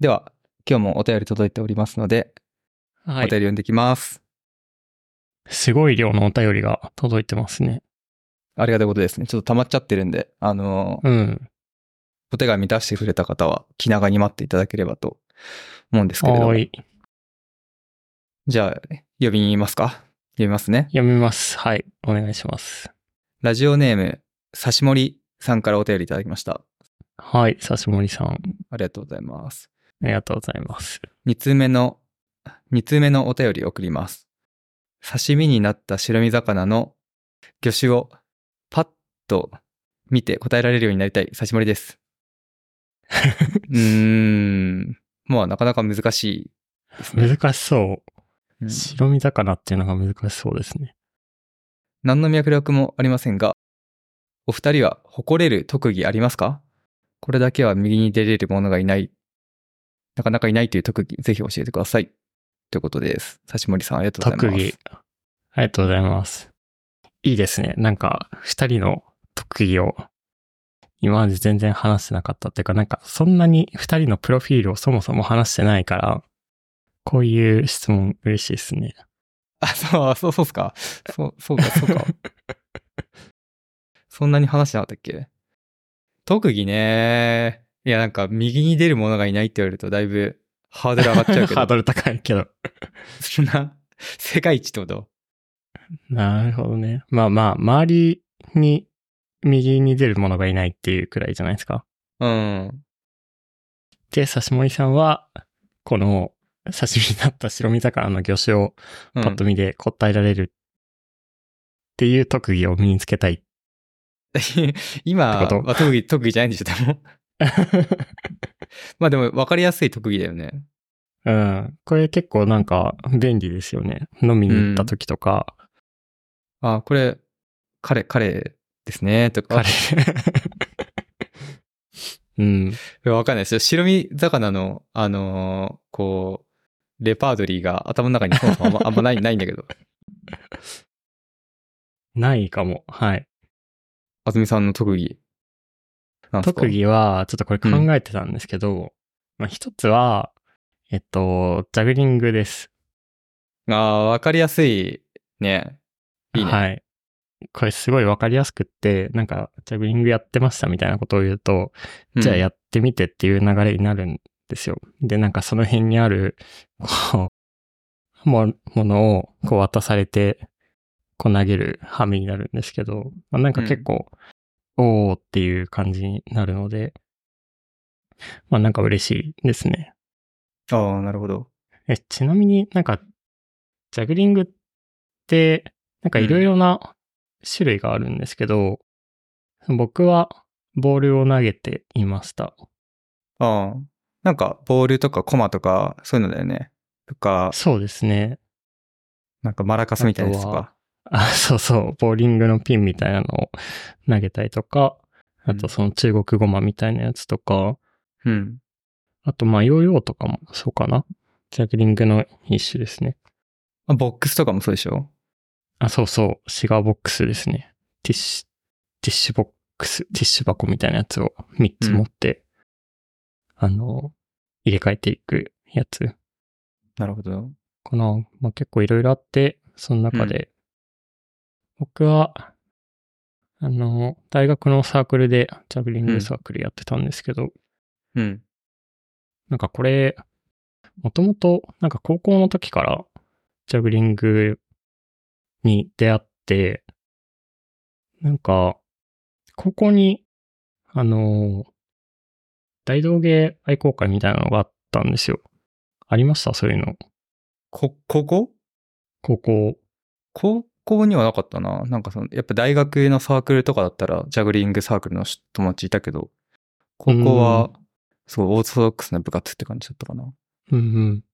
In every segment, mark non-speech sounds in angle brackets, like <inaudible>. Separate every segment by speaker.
Speaker 1: では、今日もお便り届いておりますので、お
Speaker 2: は
Speaker 1: 便り
Speaker 2: い。
Speaker 1: 読んできます。
Speaker 2: すごい量のお便りが届いてますね。
Speaker 1: ありがたいことですね。ちょっと溜まっちゃってるんで、あのー、
Speaker 2: うん。
Speaker 1: お手紙出してくれた方は気長に待っていただければと思うんですけれど
Speaker 2: は
Speaker 1: も
Speaker 2: ー。い。
Speaker 1: じゃあ、読みますか読みますね。
Speaker 2: 読みます。はい。お願いします。
Speaker 1: ラジオネーム、さしもりさんからお便りいただきました。
Speaker 2: はい。刺し森さん、あ
Speaker 1: ありがとうございます。
Speaker 2: りがとうございます。
Speaker 1: 2通目の、2通目のお便り送ります。刺身になった白身魚の魚種をパッと見て答えられるようになりたい刺し盛り
Speaker 2: <laughs>
Speaker 1: です。うーん。まあなかなか難しいですね。
Speaker 2: 難しそう。
Speaker 1: うん
Speaker 2: 白身魚っていうのが難しそうですね。
Speaker 1: 何の脈絡もありませんが、お二人は誇れる特技ありますかこれだけは右に出れる者がいない、なかなかいないという特技、ぜひ教えてください。ということです。刺森さん、ありがとうござ
Speaker 2: 特
Speaker 1: います。
Speaker 2: 技。ありがとうございます。いいですね。なんか、二人の特技を、今まで全然話してなかったっていうか、なんか、そんなに二人のプロフィールをそもそも話してないから、こういう質問嬉しいですね。
Speaker 1: あ、そう、そう、そうっすか。そう、そうか、そうか。そんなに話してなかったっけ特技ね。いや、なんか、右に出る者がいないって言われると、だいぶ、ハードル上がっちゃうけ
Speaker 2: <laughs> ハ
Speaker 1: ど。
Speaker 2: ードル高いけど。
Speaker 1: そんな、世界一ってこと
Speaker 2: なるほどね。まあまあ、周りに、右に出るものがいないっていうくらいじゃないですか。
Speaker 1: うん。
Speaker 2: で、刺森さんは、この、刺身になった白身魚の魚種を
Speaker 1: うん
Speaker 2: パッと見で答えられるっていう特技を身につけたい。 <laughs>
Speaker 1: 今
Speaker 2: ってこと
Speaker 1: は特技、特技じゃないんでしょ、でも。 <laughs> まあでも分かりやすい特技だよね。
Speaker 2: うん。これ結構なんか便利ですよね。飲みに行った時とか、
Speaker 1: あ、これ、彼、彼ですね、とか。
Speaker 2: 彼。 <laughs> うん。
Speaker 1: いや <laughs> わかんないですよ。白身魚の、あのーこう、レパートリーが頭の中にそもそもあんまあんまない、ないんだけど。
Speaker 2: ないかも。はい。
Speaker 1: あずみさんの特技。なんすか
Speaker 2: 特技は、ちょっとこれ考えてたんですけど、まあ一つは、えっと、ジャグリングです。
Speaker 1: ああ、わかりやすい。ね。いいね。
Speaker 2: はい。これすごいわかりやすくって、なんか、ジャグリングやってましたみたいなことを言うと、
Speaker 1: うん
Speaker 2: じゃあやってみてっていう流れになるんですよ。で、なんかその辺にある、こう、も、ものをこう渡されて、こう投げる羽目になるんですけど、まあ、なんか結構、おーっていう感じになるので、まあなんか嬉しいですね。
Speaker 1: ああ、なるほど。
Speaker 2: え、ちなみになんか、ジャグリングって、なんかいろいろな種類があるんですけど、僕はボールを投げていました。
Speaker 1: ああ。なんか、ボールとかコマとか、そういうのだよね。とか、
Speaker 2: そうですね。
Speaker 1: なんかマラカスみたいなやつと
Speaker 2: あと
Speaker 1: か。
Speaker 2: あ、そうそう、ボーリングのピンみたいなのを投げたりとか、あとその中国ゴマみたいなやつとか、
Speaker 1: うん。
Speaker 2: あとまあヨーヨーとかもそうかな。ジャグリングの一種ですね。
Speaker 1: あボックスとかもそうでしょ
Speaker 2: あ、そうそう、シガーボックスですね。ティッシュ、ティッシュボックス、ティッシュ箱みたいなやつを3つ持って、あの、入れ替えていくやつ
Speaker 1: なるほど。
Speaker 2: かな。まあ結構いろいろあって、その中で、僕は、あの、大学のサークルでジャグリングサークルやってたんですけど、
Speaker 1: うん。
Speaker 2: なんかこれ、もともと、なんか高校の時から、ジャグリングに出会って、なんか、高校に、あのー大道芸愛好会みたいなのがあったんですよ。ありましたそういうの。
Speaker 1: こ、ここ
Speaker 2: 高校。
Speaker 1: 高校にはなかったな。なんかその、やっぱ大学のサークルとかだったら、ジャグリングサークルの友達いたけど、高校は、そう、オーソドックスな部活って感じだったかな。
Speaker 2: うんうん。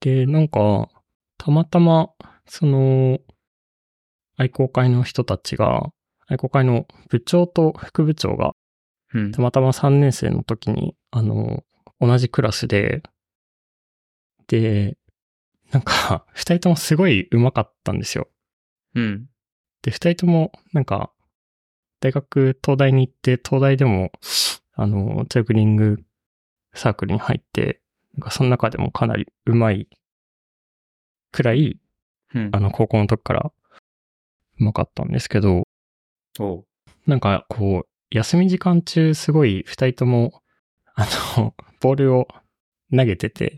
Speaker 2: で、なんか、たまたま、その、愛好会の人たちが、愛好会の部長と副部長が
Speaker 1: うん
Speaker 2: た。またま3年生の時に、あの、同じクラスで、で、なんか、2人ともすごい上手かったんですよ。
Speaker 1: うん。
Speaker 2: で、2人とも、なんか、大学、東大に行って、東大でも、あの、ジャグリングサークルに入って、なんかその中でもかなり上手いくらい、
Speaker 1: うん
Speaker 2: あの、高校の時から上手かったんですけど、
Speaker 1: おう
Speaker 2: なんかこう、休み時間中すごい二人とも、 <laughs> あの、ボールを投げてて、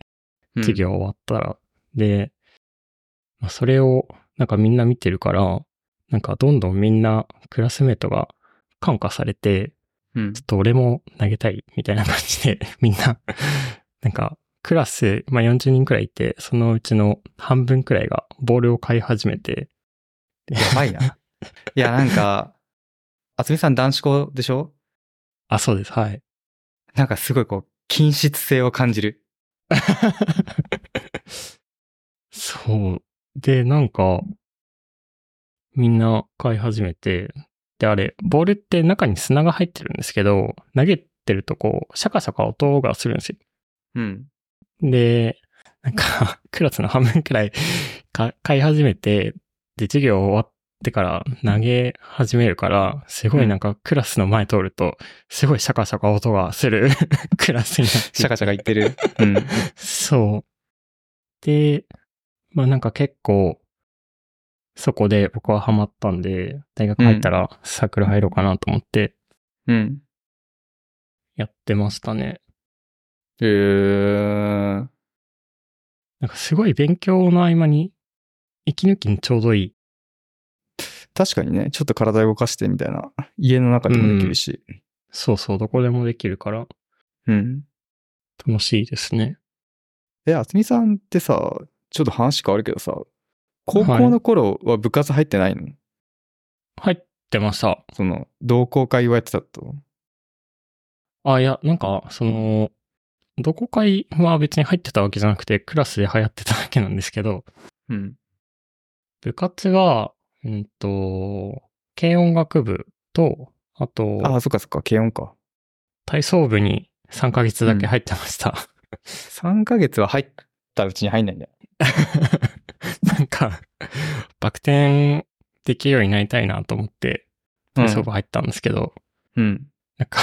Speaker 1: うん
Speaker 2: 授業終わったら。で、まあそれをなんかみんな見てるから、なんかどんどんみんなクラスメートが感化されて、
Speaker 1: うん
Speaker 2: ちょっと俺も投げたいみたいな感じで、 <laughs> みんな、なんか、クラス、まあ、40人くらいいて、そのうちの半分くらいがボールを買い始めて、
Speaker 1: やばいな。いや、なんか、あつみさん男子校でしょ
Speaker 2: あ、そうです、はい。
Speaker 1: なんかすごいこう、均質性を感じる。
Speaker 2: <laughs> そう。で、なんか、みんな買い始めて、で、あれ、ボールって中に砂が入ってるんですけど、投げてるとこう、シャカシャカ音がするんですよ。
Speaker 1: <laughs> うん。
Speaker 2: で、なんか、 <laughs> クラスの半分くらい <laughs> か買い始めて、で、授業終わってから投げ始めるから、すごいなんかクラスの前通ると、すごいシャカシャカ音がする <laughs> クラスになって
Speaker 1: シャカシャカ言ってる。うん。
Speaker 2: そう。で、まあなんか結構、そこで僕はハマったんで、大学入ったらサークル入ろうかなと思って
Speaker 1: うん。
Speaker 2: やってましたね。
Speaker 1: えー、
Speaker 2: なんかすごい勉強の合間に、息抜きにちょうどいい
Speaker 1: 確かにね、ちょっと体動かしてみたいな。家の中でもできるし。
Speaker 2: そうそう、どこでもできるから
Speaker 1: うん。
Speaker 2: 楽しいですね。
Speaker 1: え、あつみさんってさ、ちょっと話変わるけどさ、高校の頃は部活入ってないの、
Speaker 2: 入ってました。
Speaker 1: その、同好会をやってたと。
Speaker 2: あ、いや、なんか、その、どこ会は別に入ってたわけじゃなくて、クラスで流行ってただけなんですけど、
Speaker 1: うん。
Speaker 2: 部活は、うんと、軽音楽部と、あ
Speaker 1: あ
Speaker 2: と、
Speaker 1: あ、そっかそっか、軽音か。
Speaker 2: 体操部に3ヶ月だけ入ってました。
Speaker 1: 3ヶ月は入ったうちに入んないんだよ。
Speaker 2: <laughs> なんか、バク転できるようになりたいなと思って、体操部入ったんですけど、
Speaker 1: うん。
Speaker 2: なんか、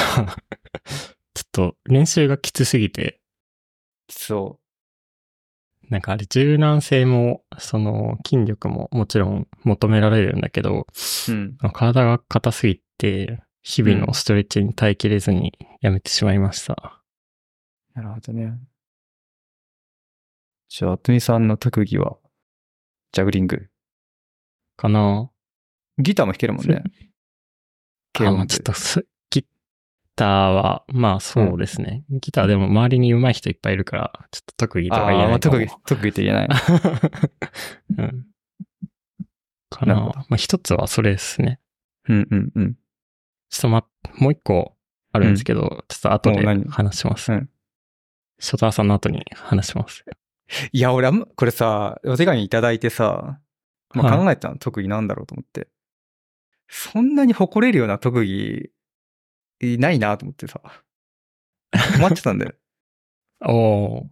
Speaker 2: <laughs> ちょっと練習がきつすぎて、
Speaker 1: そ
Speaker 2: なんかあれ柔軟性も、その筋力ももちろん求められるんだけ
Speaker 1: う。
Speaker 2: ど、
Speaker 1: うん。
Speaker 2: 体が硬すぎて、日々のストレッチに耐えきれずにやめてしまいました。
Speaker 1: なるほどね。じゃあ、あつみさんの特技は、ジャグリング。
Speaker 2: かな
Speaker 1: ギターも弾ける
Speaker 2: <laughs>
Speaker 1: もんね。
Speaker 2: あ、
Speaker 1: 軽音
Speaker 2: まあ
Speaker 1: 部
Speaker 2: ちょっとす、ギターは、まあそうですね。ギターでも周りに上手い人いっぱいいるから、ちょっと特技とか言え
Speaker 1: あーま
Speaker 2: な
Speaker 1: あ
Speaker 2: いかも
Speaker 1: 特技、特技って言えない。
Speaker 2: <laughs> うん。か
Speaker 1: な
Speaker 2: な
Speaker 1: るほど
Speaker 2: まあ一つはそれですね。
Speaker 1: うんうんうん。
Speaker 2: ちょっとま、もう一個あるんですけど、ちょっと後
Speaker 1: もう
Speaker 2: で
Speaker 1: 何
Speaker 2: 話します。
Speaker 1: うん
Speaker 2: ショターさんの後に話します。
Speaker 1: いや、俺あんま、これさ、お手紙いただいてさ、まあ、
Speaker 2: はい
Speaker 1: 考えてたの、特技なんだろうと思って。そんなに誇れるような特技、いないなと思ってさ。困ってたんだよ。
Speaker 2: おお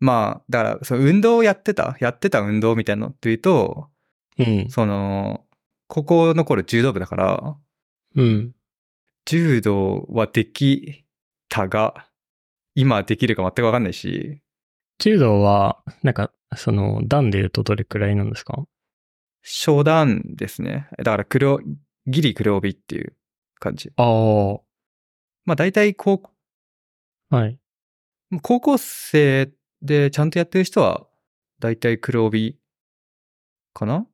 Speaker 1: まあ、だから、その運動をやってたやってた運動みたいなのっていうと、
Speaker 2: ー。うん。
Speaker 1: その、高校の頃柔道部だから、
Speaker 2: うん。
Speaker 1: 柔道はできたが、今できるか全くわかんないし、
Speaker 2: 柔道は、なんか、その、段で言うとどれくらいなんですか
Speaker 1: 初段ですね。だから黒、ギリ黒帯っていう感じ。
Speaker 2: ああ。は
Speaker 1: まあ大体高校、
Speaker 2: い。
Speaker 1: 高校生でちゃんとやってる人は、大体黒帯かななんか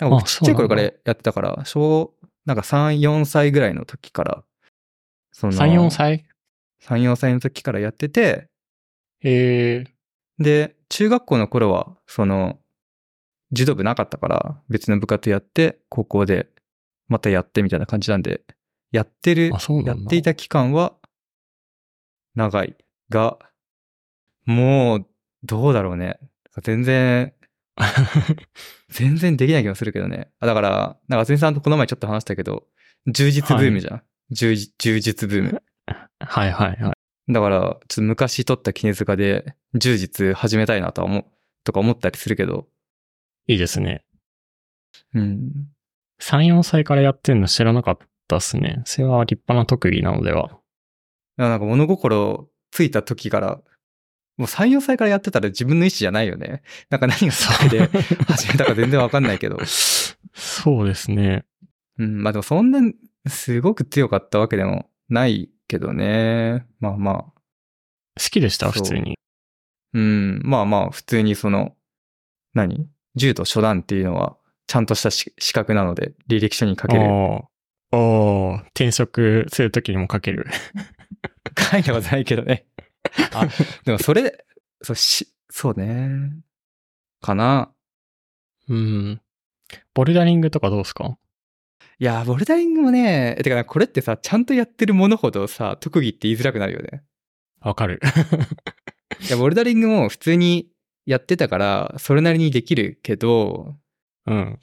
Speaker 2: あ
Speaker 1: 僕ちっちゃい頃
Speaker 2: そうな
Speaker 1: か
Speaker 2: ん
Speaker 1: ら
Speaker 2: だ
Speaker 1: やってたから、小、なんか3、4歳ぐらいの時から、その
Speaker 2: 3、4歳
Speaker 1: 3、4歳の時からやってて、
Speaker 2: ええ
Speaker 1: で、中学校の頃は、その、児童部なかったから、別の部活やって、高校で、またやってみたいな感じなんで、やってる
Speaker 2: ー。あ、、そうな
Speaker 1: や
Speaker 2: んだ。
Speaker 1: っていた期間は、長いが、もう、どうだろうね。全然、全然できない気がするけどね。あだから、なんか、あつみさんとこの前ちょっと話したけど、充実ブームじゃん。充実充実ブーム。
Speaker 2: <laughs> はいはいはい。
Speaker 1: だから、ちょっと昔撮った絹塚で、柔術始めたいなとは思う、とか思ったりするけど、
Speaker 2: いいですね。
Speaker 1: うん。
Speaker 2: 3、4歳からやってんの知らなかったっすね。それは立派な特技なのでは。
Speaker 1: なんか物心ついた時から、もう3、4歳からやってたら自分の意思じゃないよね。なんか何がそれ
Speaker 2: <laughs>
Speaker 1: で始めたか全然わかんないけど。
Speaker 2: そうですね。
Speaker 1: うん、まあでもそんな、すごく強かったわけでもないけどね。まあまあ。
Speaker 2: 好きでした、
Speaker 1: そ
Speaker 2: 普
Speaker 1: う
Speaker 2: 通に。
Speaker 1: うん、まあまあ、普通にその、何柔と初段っていうのは、ちゃんとしたし資格なので、履歴書に書け <laughs> る。
Speaker 2: ああ。ああ。転職するときにも書ける。
Speaker 1: 書いたことないけどね。あ、でもそれ、そうし、そうね。かな。
Speaker 2: うん。ボルダリングとかどうですか
Speaker 1: いやー、ボルダリングもね、てかなこれってさ、ちゃんとやってるものほどさ、特技って言いづらくなるよね。
Speaker 2: わかる。
Speaker 1: いや、ボルダリングも普通にやってたから、それなりにできるけど、
Speaker 2: うん。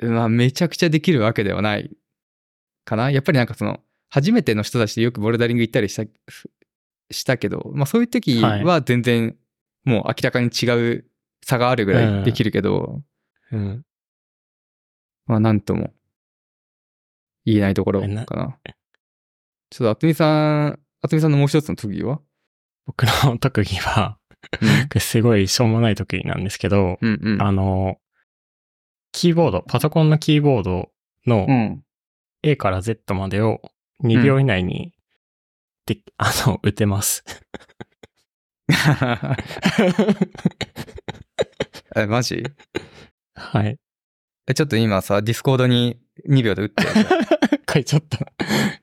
Speaker 1: まあ、めちゃくちゃできるわけではないかな。やっぱりなんかその、初めての人たちでよくボルダリング行ったりした、したけど、まあそういう時は全然、もう明らかに違う差があるぐらいできるけど、
Speaker 2: うん。
Speaker 1: まあなんとも言えないところかな。
Speaker 2: な
Speaker 1: ちょっと、あつみさん、あつみさんのもう一つの特技
Speaker 2: <laughs>
Speaker 1: は
Speaker 2: 僕の特技は、これすごいしょうもない特技なんですけど、
Speaker 1: うんうん。
Speaker 2: あの、キーボード、パソコンのキーボードの
Speaker 1: うん。 <laughs>
Speaker 2: A から Z までを2秒以内に、で、あの、打
Speaker 1: <laughs>
Speaker 2: てます。
Speaker 1: え、マジ
Speaker 2: はい。
Speaker 1: え、ちょっと今さ、ディスコードに2秒で打ってよ。
Speaker 2: 書いちゃった。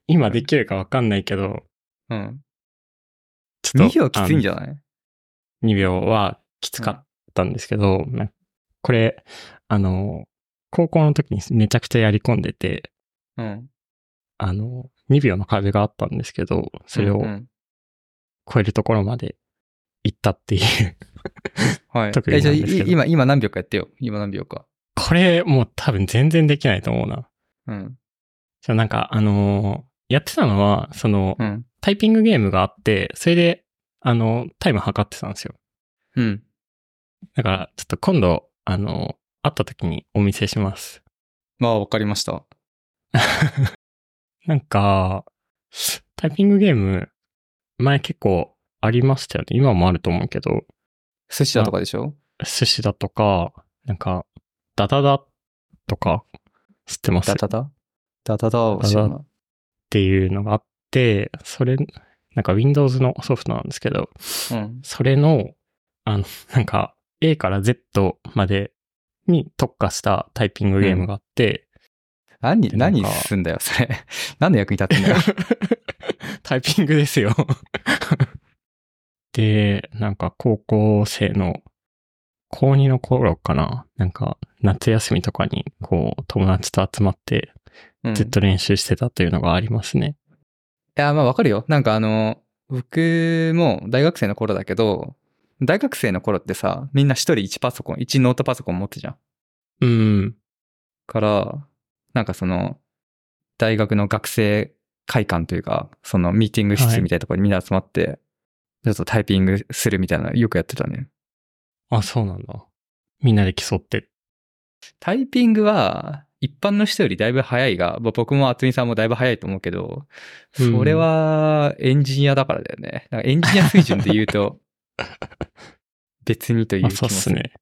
Speaker 2: 今できるかわかんないけど、
Speaker 1: うん。
Speaker 2: ちょっと。
Speaker 1: 2秒きついんじ
Speaker 2: ゃ
Speaker 1: ゃない
Speaker 2: 2秒はきつかったんですけど、ねこれ、あの、高校の時にめちゃくちゃやり込んでて、
Speaker 1: うん。
Speaker 2: あの、2秒の壁があったんですけど、それ
Speaker 1: う
Speaker 2: を
Speaker 1: ん
Speaker 2: 超えるところまで行ったっていう。 <laughs>
Speaker 1: はい。
Speaker 2: 特技
Speaker 1: え、じゃあ、
Speaker 2: なんですけ
Speaker 1: い
Speaker 2: ど
Speaker 1: 今、今何秒かやってよ。今何秒か。
Speaker 2: これもう多分全然できないと思うな。
Speaker 1: うん。
Speaker 2: じゃあなんか、あのやってたのは、その
Speaker 1: う、ん。
Speaker 2: タイピングゲームがあって、それで、あの、タイム測ってたんですよ。
Speaker 1: うん。
Speaker 2: だから、ちょっと今度、あの、会った時にお見せします。
Speaker 1: まあ、わかりました。
Speaker 2: なんか、タイピングゲーム、前結構ありましたよね。今もあると思うけど、
Speaker 1: 寿司だとかでしょ
Speaker 2: 寿司だとか、なんか、ダダダとか、知ってます
Speaker 1: ダ
Speaker 2: っ
Speaker 1: ダダダダダを知らない。
Speaker 2: ていうのがあって、それ、なんか Windows のソフトなんですけど、
Speaker 1: うん。
Speaker 2: それの、あの、 <laughs> なんか、A から Z までに特化したタイピングゲームがあって、
Speaker 1: 何、
Speaker 2: でなんか
Speaker 1: 何すんだよ、それ。 <laughs> 何の役に立ってんだよ。
Speaker 2: タイピングですよ。で、なんか高校生の高2の頃かな。なんか夏休みとかにこう友達と集まって
Speaker 1: うん <laughs>
Speaker 2: ずっと練習してたというのがありますね。
Speaker 1: いや、まあわかるよ。なんかあの、僕も大学生の頃だけど、大学生の頃ってさ、みんな一人一パソコン、一ノートパソコン持ってじゃん。
Speaker 2: うん。
Speaker 1: から、なんかその、大学の学生会館というか、そのミーティング室みたいなところにみんな集まって、ちょっとタイピングするみたいなのよくやってたね。
Speaker 2: あ、そうなんだ。みんなで競って。
Speaker 1: タイピングは、一般の人よりだいぶ早いが、まあ僕も厚みさんもだいぶ早いと思うけど、それはエンジニアだからだよね。なんかエンジニア水準で言う
Speaker 2: <laughs>
Speaker 1: と、別にという気
Speaker 2: まあ
Speaker 1: もす
Speaker 2: そう
Speaker 1: る
Speaker 2: っす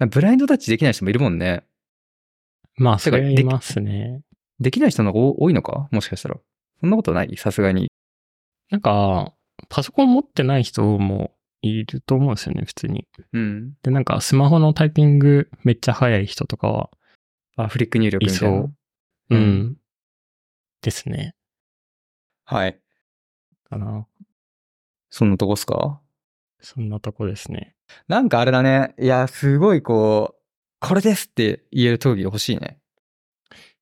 Speaker 2: ね。
Speaker 1: ブラインドタッチできない人もいるもんね。
Speaker 2: まあそれ
Speaker 1: て
Speaker 2: は
Speaker 1: か
Speaker 2: いますね。
Speaker 1: できない人の方が多いのかもしかしたら。そんなことないさすがに。
Speaker 2: なんか、パソコン持ってない人もいると思うんですよね、普通に。
Speaker 1: うん。
Speaker 2: で、なんかスマホのタイピングめっちゃ早い人とかは
Speaker 1: あ、フリック入力みたい
Speaker 2: い
Speaker 1: な
Speaker 2: そ。うん。ですね。
Speaker 1: はい。
Speaker 2: かな。
Speaker 1: そんなとこっすか
Speaker 2: そんなとこですね。
Speaker 1: なんかあれだね。いや、すごいこう、これですって言える特技欲しいね。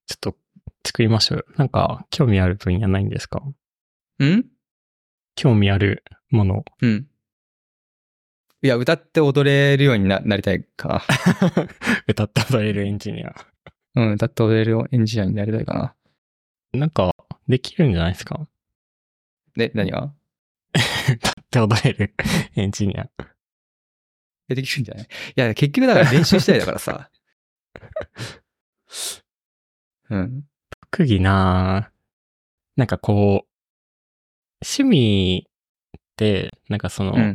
Speaker 2: ちょっと作りましょう。なんか、興味ある分野ないんですか
Speaker 1: ん
Speaker 2: 興味あるも <laughs> の。
Speaker 1: うん。いや、歌って踊れるようにななりたいかな。
Speaker 2: 歌って踊れるエンジニア。
Speaker 1: <laughs> うん、歌って踊れるエンジニアになりたいかな。
Speaker 2: なんか、できるんじゃないですか
Speaker 1: で、何が
Speaker 2: <laughs> 歌って踊れるエンジニア。
Speaker 1: え、できるんじゃないいや、結局だから練習したいだから <laughs> さ。うん。
Speaker 2: 特技なぁ。なんかこう、趣味って、なんかその、
Speaker 1: うん。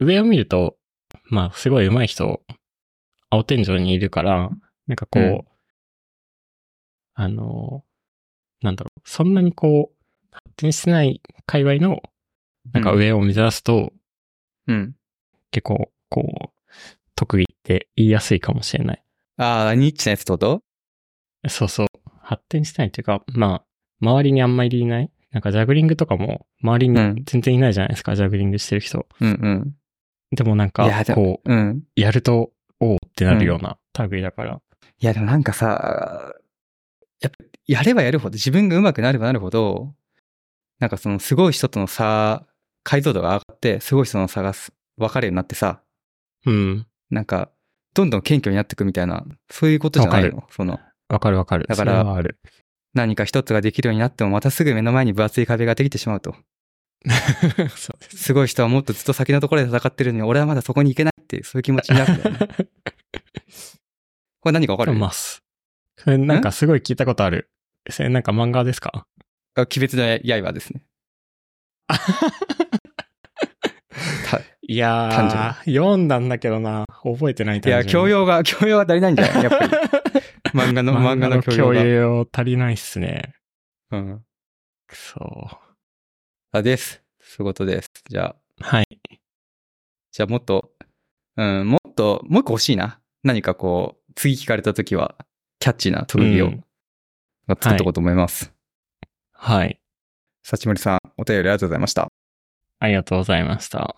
Speaker 2: 上を見ると、まあ、すごい上手い人、青天井にいるから、なんかこう、
Speaker 1: うん
Speaker 2: あの、なんだろう、そんなにこう、発展してない界隈の、なんか上を目指すと、
Speaker 1: うん。
Speaker 2: 結構、こう、特技って言いやすいかもしれない。
Speaker 1: ああ、ニッチなやつってこと
Speaker 2: そうそう。発展してないっていうか、まあ、周りにあんまりいない。なんかジャグリングとかも、周り
Speaker 1: うん
Speaker 2: に全然いないじゃないですか、ジャグリングしてる人。
Speaker 1: うん
Speaker 2: でもなん
Speaker 1: いや
Speaker 2: か、
Speaker 1: で
Speaker 2: こ
Speaker 1: うん。うん。
Speaker 2: う、やると、おーってなるような類だから。
Speaker 1: いや、でもなんかさ、やっぱ、やればやるほど、自分が上手くなればなるほど、なんかその、すごい人との差、解像度が上がって、すごい人の差がす分かるようになってさ、
Speaker 2: うん。
Speaker 1: なんか、どんどん謙虚になっていくみたいな、そういうことじゃないのその、
Speaker 2: わかるわかる。
Speaker 1: だから
Speaker 2: それは
Speaker 1: <laughs>
Speaker 2: ある。
Speaker 1: 何か一つができるようになっても、またすぐ目の前に分厚い壁ができてしまうと。
Speaker 2: そうです。
Speaker 1: すごい人はもっとずっと先のところで戦ってるのに、俺はまだそこに行けないっていう、そういう気持ちになるんだよね。これ何か分かる
Speaker 2: ます。それなんかすごい聞いたことある。それなんか漫画ですか
Speaker 1: あ鬼滅の刃ですね。た
Speaker 2: いやー、読んだんだけどな、覚えてない
Speaker 1: いや、教
Speaker 2: <laughs>
Speaker 1: 養が、教養は足りないんじゃないやっぱり。漫画の、漫
Speaker 2: 漫
Speaker 1: 画の
Speaker 2: 画の
Speaker 1: 教
Speaker 2: 教
Speaker 1: 養が。
Speaker 2: 養足りないっすね。
Speaker 1: うん。
Speaker 2: くそ
Speaker 1: あ、です。そういうことです。じゃあ、
Speaker 2: はい。
Speaker 1: じゃあもっと、うん、もっと、もう一個欲しいな。何かこう、次聞かれた時は、キャッチーな特技を
Speaker 2: うん
Speaker 1: 作っとこうと思います。
Speaker 2: はい。
Speaker 1: 幸森さん、お便りありがとうございました。
Speaker 2: ありがとうございました。